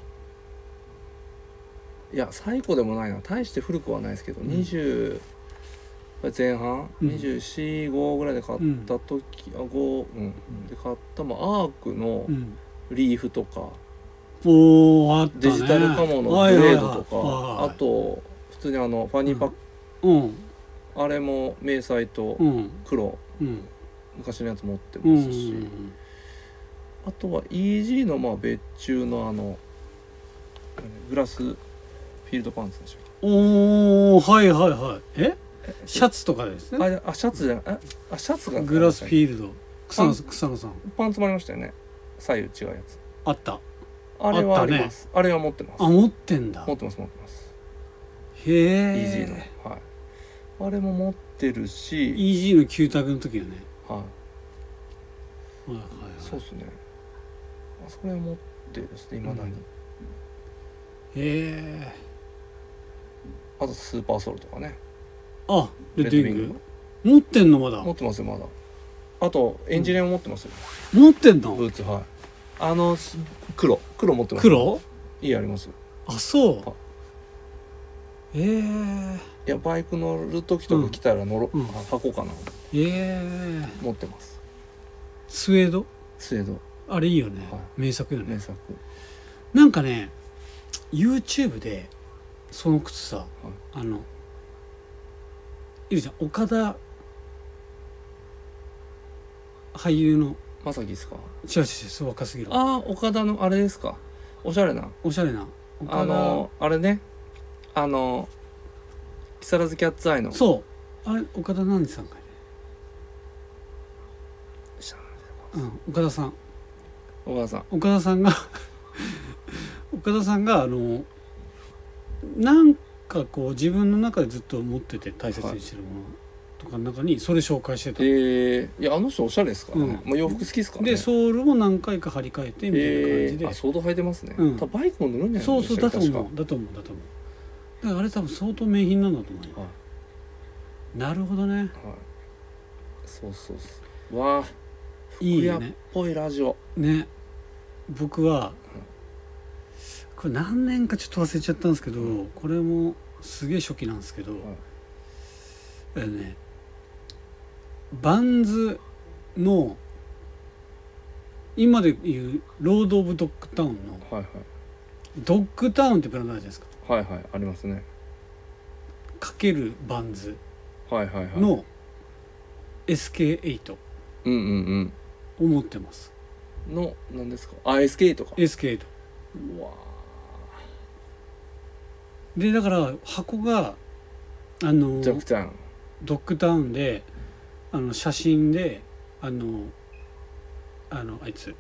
いや最高でもないな大して古くはないですけど、ん20前半、うん245ぐらいで買った時、あ5、うん、で買ったまあアークのうんリーフとか、おおあったねデジタルカモのグはいはいレーはいドとか、はいあと普通にあのファニーパック、うんあれも迷彩とうん黒うん昔のやつ持ってまうんすし、あとは EG のまあ別注のあのグラスフィールドパンツでしょおおはいはいはいえシャツとかですねああシャツじゃないえあシャツがグラスフーィールド草野草野さんパンツもありましたよね左右違うやつあったあれはああったねりますあ,、れは持ってますあ持ってんだ持ってます持ってますへえ EG のはいあれも持ってるし、 EG の旧宅の時よねはい、はいはいそうですねあそれを持ってですねいまだに、うんへえあとスーパーソウルとかねあレッドウィンレッグ持ってんのまだ持ってますよまだあとエンジニアも持ってますよ、持ってんのブーツはいあのす黒黒持ってます黒いいありますあそうあへえいやバイク乗る時とか来たら乗ろ、うんうんあ箱かなへえ持ってますスウェードスウェードあれいいよね、は名作よね名作なんかね YouTube でその靴さ、あのいるじゃん岡田俳優のまさきですか違う違う違うそう若すぎるああ岡田のあれですかおしゃれなおしゃれな岡田あのあれねあの木更津キャッツアイのそうあれ岡田何さんかね、うん、岡田さん岡田さん岡田さんが岡田さんがあのなんかこう自分の中でずっと持ってて大切にしてるものとかの中にそれ紹介してた、えー、いやあの人おしゃれですからね、うんもう洋服好きですからねでソールも何回か張り替えてみたいえなー、あ感じで、ソード履いてますね、うん多分バイクも塗るんじゃないそうそうだと確思かうだと思うだと思うだからあれ多分相当名品なんだと思うよ、はなるほどねはい、そうそうそうわあいい福よ屋っねぽいラジオね僕はこれ何年かちょっと忘れちゃったんですけど、うこれもすげえ初期なんですけど、えーねバンズの今でいうロード・オブ・ドッグタウンのはいドッグタウンってブランドあるじゃないですかはいはいはいありますねかけるバンズはいはいはいの SK8 うんうんを持ってますうんの何ですかあ SK とか SK8 うわでだから箱があーのジャクちゃんドッグタウンであの写真であのあのあいつ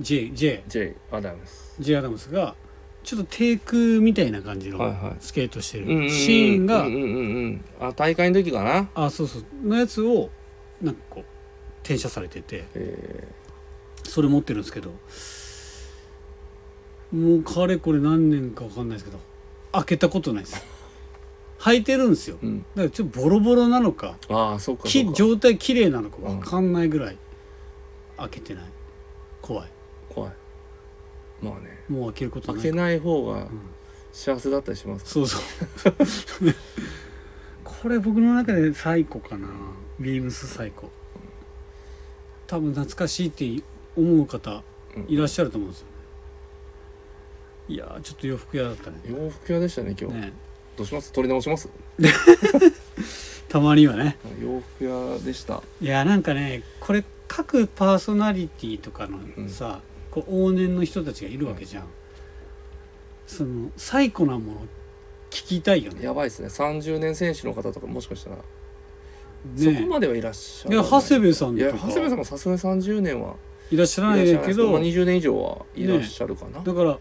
JJ J アダムス J アダムスがちょっと低空みたいな感じのはいはいスケートしてうんうんうんるシーンがうんうんうんうんあ大会の時かなあそうそうのやつをなんかこう転写されててえそれ持ってるんですけどもうかれこれ何年かわかんないですけど開けたことない です履いてるんですよー、うんだからちょっとボロボロなのかああそうかそきうか状態綺麗なのかわかんないぐらい開けてない怖い怖いまあねもう開けること開ないけない方がん幸せだったりしますそうそう これ僕の中で最古かなビームス最古多分懐かしいって思う方うんいらっしゃると思うんですよねいやーちょっと洋服屋だったね洋服屋でしたね今日ねどうします取り直しますたまにはね洋服屋でしたいやーなんかねこれ各パーソナリティとかのさ、こう往年の人たちがいるわけじゃん、その最古なもの聞きたいよねやばいですね30年選手の方とかもしかしたら、ねそこまではいらっしゃいらやない長谷部さんいとやか長谷部さんもさすがに30年はいらっしゃいららっないしゃらないけですけど、どまあ、20年以上はいらっしゃるかな、だから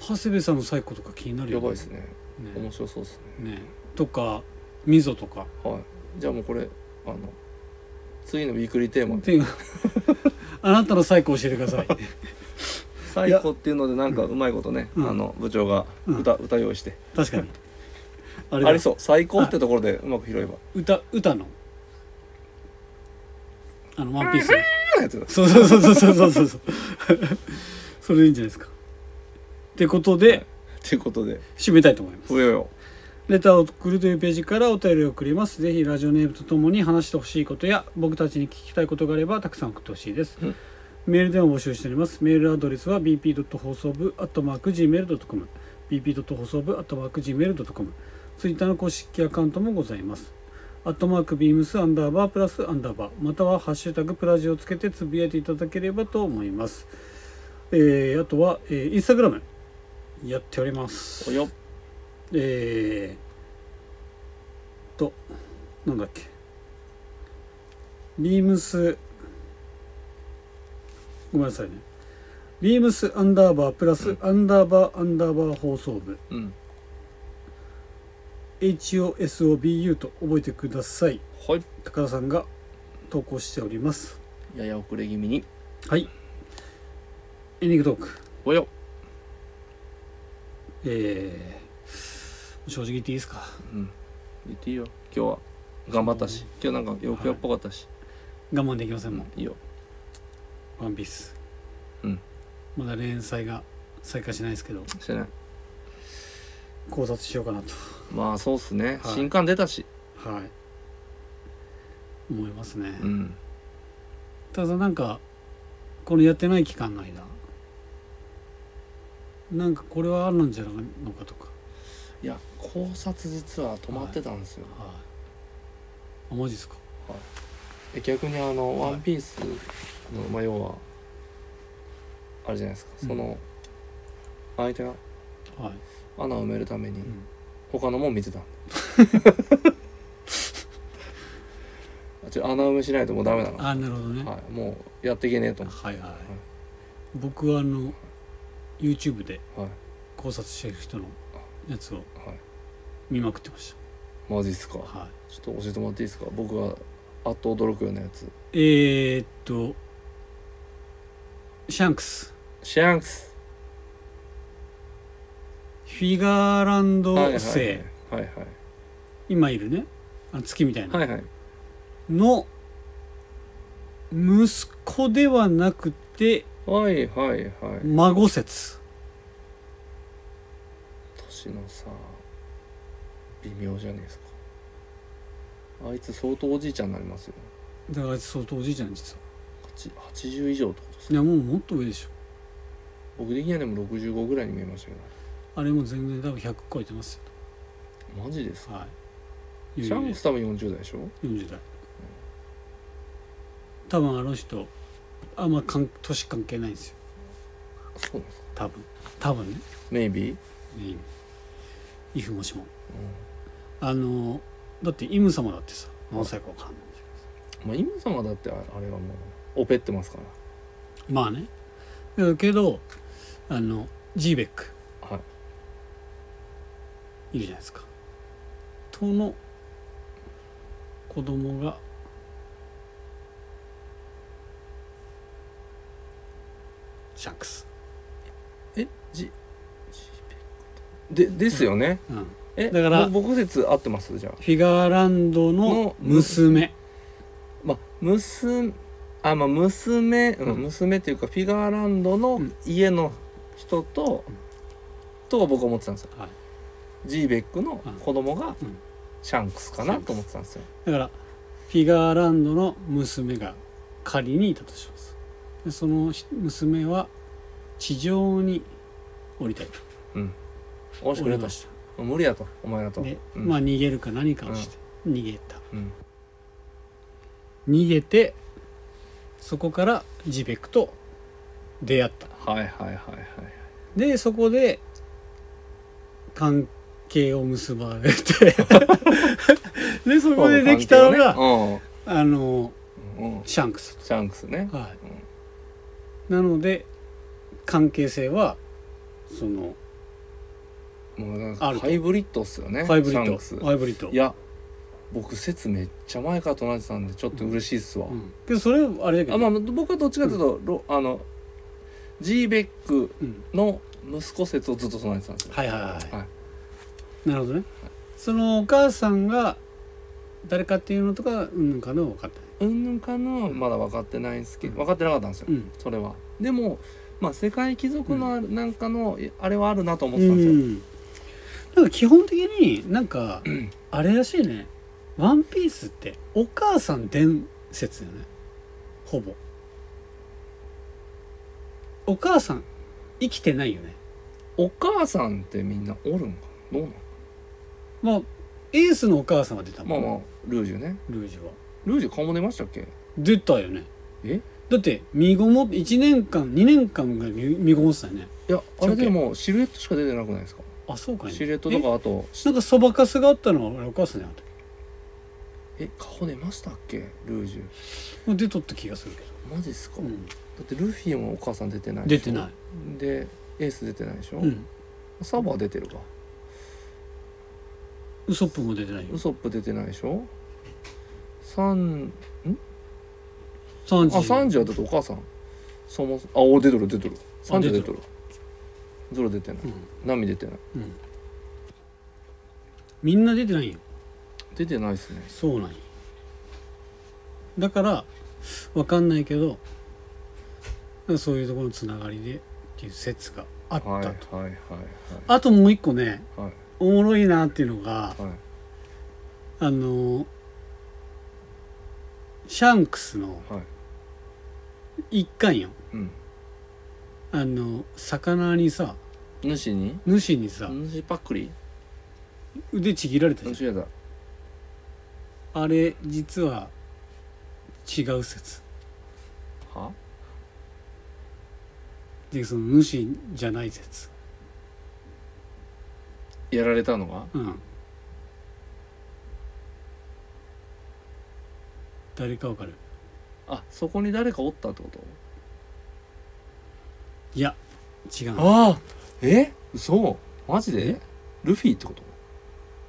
長谷部さんの最古とか気になるやよ、ね、ばいですね面ね白そうですねねとか溝とかはいじゃあもうこれあの 次のウィークリーテーマでていうあなたの最古教えてください最古っていうのでなんかうまいことね、うんあの部長がうん歌、歌用意して確かにあれあだりそう最高ってところでうまく拾えば歌歌のあの「ワンピースのなやつだそうそうそうそうそうそうそう それでいいんじゃないですかってことで、はいということで締めたいと思います笛よレターを送るというページからお便りを送ります。ぜひラジオネームとともに話してほしいことや僕たちに聞きたいことがあればたくさん送ってほしいです。うんメールでも募集しております。メールアドレスは bp. 放送部 .gmail.com bp. 放送部 .gmail.com ツイッターの公式アカウントもございます。アットマークビームスアンダーバープラスアンダーバーまたはハッシュタグプラジをつけてつぶやいていただければと思います。えーあとは、えーインスタグラムやっております。およえー、と、なんだっけ。ビームス、ごめんなさいね。ビームスアンダーバープラスアンダーバーアンダーバー放送部、うん HOSOBU と覚えてください。ほい高田さんが投稿しております。やや遅れ気味にはい。エンディングトーク。およえー、正直言っていいですか。うん言っていいよ今日は頑張ったし今日なんか洋服屋っぽかったし、我慢できませんもん。いいよワンピース。うんまだ連載が再開しないですけど、してない考察しようかなと。まあそうっすね、はい新刊出たしはい。思いますね。うんただなんか、このやってない期間の間、なんかこれはあるんじゃないのかとか。いや考察実は止まってたんですよ、はい。あ、マジですか。え逆にあの「はいワンピースの、まあ要はあれじゃないですか、うんその相手がはい。穴を埋めるためにうん他のも見 てたんであちょ穴埋めしないともうダメだなあ、なるほどね。はい、もうやっていけねえと思はいはい。僕はあの、YouTube でうはい考察してる人のやつをはい見まくってましマジっすかた。はい。ちょっと教えてもらっていいですか僕があっと驚くようなやつえー、っと、シャンクス、シャンクスフィガーランドはいはい星、はいはい今いるね、あの月みたいな、はいはいの息子ではなくて、はいはいはい孫説。年のさ微妙じゃねえですかあいつ相当おじいちゃんになりますよだからあいつ相当おじいちゃん、実は。 8 80以上ってことですいねや、もうもっと上でしょ。僕的にはでも65ぐらいに見えましたけあれも全然多分100超えてますどマジですよ。かはい。シャンクス多分40代でしょ40代。多分あの人、あんまかん年関係ないんですよ。そうなんですか多分。多分ね。メイビーいいイフもしもあのだってイム様だってさ何歳かわかんないまあイム様だってああれはもうオペってますかまあねだけどあのジーベックらはいいるじゃないですかとの子供がシャンクスえジでですよねうんえだからぼ僕説合ってますじゃあフィガーランドの娘まあ、娘あまあ娘、うんうん娘っていうかフィガーランドの家の人と、うんとは僕は思ってたんですよはいジーベックの子供がうんシャンクスかなと思ってたんですよ、だからフィガーランドの娘が仮にいたとしますでその娘は地上に降りたいとおしく降れりとまし無理やとお前らたと、で、うんまあ逃げるか何かをして、逃げたうん逃げてそこからジベクと出会ったはいはいはいはいでそこで関係を結ばれ てでそこでできたのが、ねあのうんうん、シャンクスシャンクスねはい、なので関係性はそのもうなんあかるとハイブリッドっすよねハイブリシャンックスドハイブリッドいや僕説めっちゃ前から唱えてたんでちょっと嬉しいっすわ、うん、けどそれあれだけどあまあ僕はどっちかというと、ろあのジーベックうん、の息子説をずっと唱えてたんですよはいはいはい、はなるほどねそのお母さんが誰かっていうのとかうんぬんかの分かったうんぬんかのまだ分かってないんですけど分かってなかったんですようんそれはでもまあ世界貴族のあるなんかの、あれはあるなと思っうてたんですよ、んなんか基本的になんかあれらしいね「ワンピースってお母さん伝説よねほぼお母さん生きてないよねお母さんってみんなおるんかなどうなんまあエースのお母さんは出たもまあん、まあルージュねルージュはルージュ顔も出ましたっけ出たよねえだって身ごも1年間2年間ぐらい身身ごもってたよねいやあれでもシルエットしか出てなくないですかあそうかねシルエットとかあとえなんかそばかすがあったのはあれお母さんじゃなかったっえ顔出ましたっけルージュけもう出とった気がするけマジっすか、ど、うだん、ってルフィもお母さん出てない出でしてょないでエース出てないでしょ、うんサバは出てるかウソップも出てないよウソップ出てないでしょサン3時あサンジはだってお母さんそもそもあお出てる出てるサンジは出てるゾロ出てないうんナミ出てないうんみんな出てないよ出てないですねそうなんよだからわかんないけどそういうところのつながりでっていう説があったと、はいはいはいあともう一個ねはいおもろいなっていうのがはいはいあのシャンクスのはい一巻ようんあの魚にさ主に主にさ主パクリ腕ちぎられたじゃん主やだあれ実は違う説はでその主じゃない説やられたのがうん誰かわかるあそこに誰かおったってこといや違うのああえ嘘マジえでルフィってこ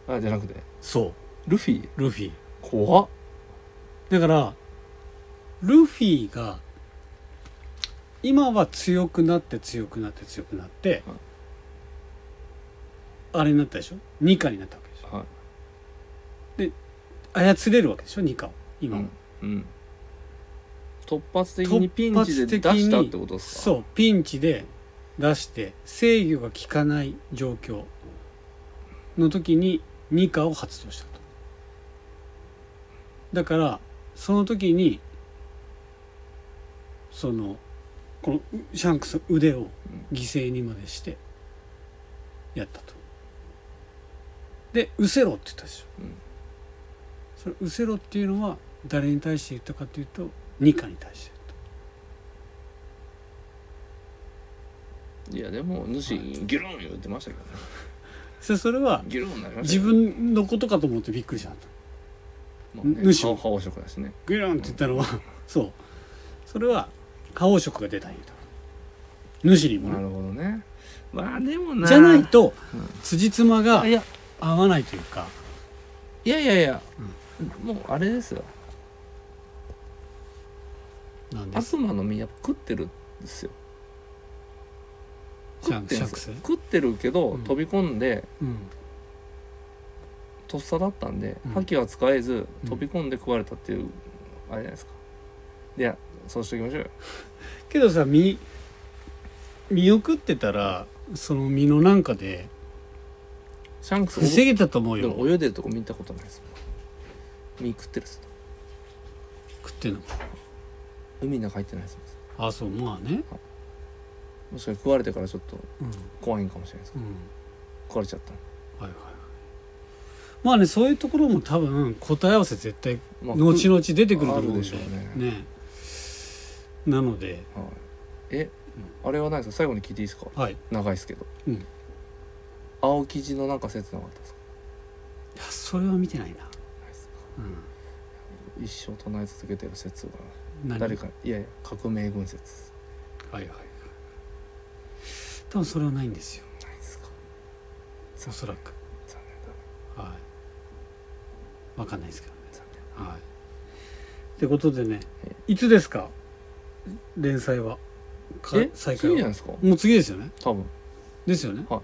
とあじゃなくてそルフィうルフィ怖っだからルフィが今は強くなって強くなって強くなって、あれになったでしょニカになったわけでしょは操れるわけでしょニカをい今は、うん突発的にピンチで出したってことですかそうピンチで出して制御が効かない状況の時にニカを発動したとだからその時にそのこのうシャンクスの腕を犠牲にまでしてやったとで「失せろ」って言ったでしょ、うんそれ「失せろ」っていうのは誰に対して言ったかというとニカに対していやでも主ギュルン言ってましたけどねそれそれはギュルンになりまし自たけど分のことかと思ってびっくりしたまあね主顔顔色だしねグランって言ったのはそうそれは覇王色が出たんやと主にもなねるほどねまあでもなじゃないとうん辻褄があいや合わないというかいやいやいや、もうあれですよなんです悪魔の実は食ってるんですよシ食ャっンてシるャんンでクすスよ食ってるけど、うん飛び込んでうんとっさだったんで、うん覇気は使えずうん飛び込んで食われたっていう、あれじゃないですかいやそうしておきましょうよけどさ身身を食ってたらその身のなんかでシャンクス防げたと思うでよも泳いでるとこ見たことないですもん身食ってるっす食ってんの海の中入ってないですあそうまあねもんもしかして食われてからちょっとうん怖いんかもしれないですうん食われちゃったはいはいまあねそういうところも多分答え合わせ絶対の、まあ、後食う々出てくると思うあんるででしょうねねなのではい、え、あれはないですか最後に聞いていいですかはいい長いですけど、うん青生地のなんか切なかったですかやそれは見てないな、ないっすかう一生唱え続けてる説がん、何誰かいやいや革命軍説はいはいはい多分それはないんですよないですかおそらく残念だはいわかんないですけどね残はいってことでねいつですか連載はかえ再次じ開ゃないはですかもう次ですよね多分ですよね、は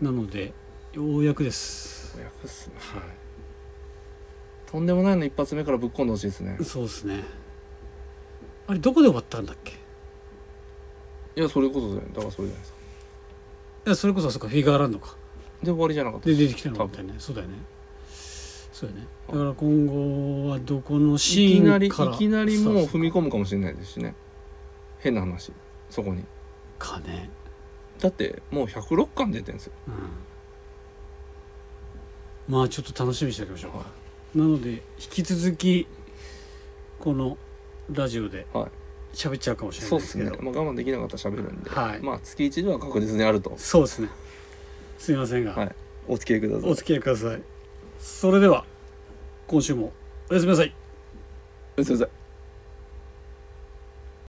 なのでようやくですやっすねはいとんでもないの一発目からぶっ込んでほしいですねそうですねあれどこで終わったんだっけいいやそれこそだよだからそれじゃないですかやそれこそあそっかフィガーランドかで終わりじゃなかったで出てきたのか多み分たいなねそうだよねそうだよねはだいから今後はどこのシいきなーりンいからきなりもう踏み込む込むかもしれないですしね変な話そこにかねだってもう106巻出てるんですようんまあちょっと楽しみにしておきましょうかなので引き続きこのラジオではい喋っちゃうかもしれなそいうでですすけね、ど、まあ、我慢できなかったら喋るんで、はいまあ月1では確実にあるとそうですねすいませんが、はいお付き合いくださいお付き合いくださいそれでは今週もおやすみなさいおやすみなさい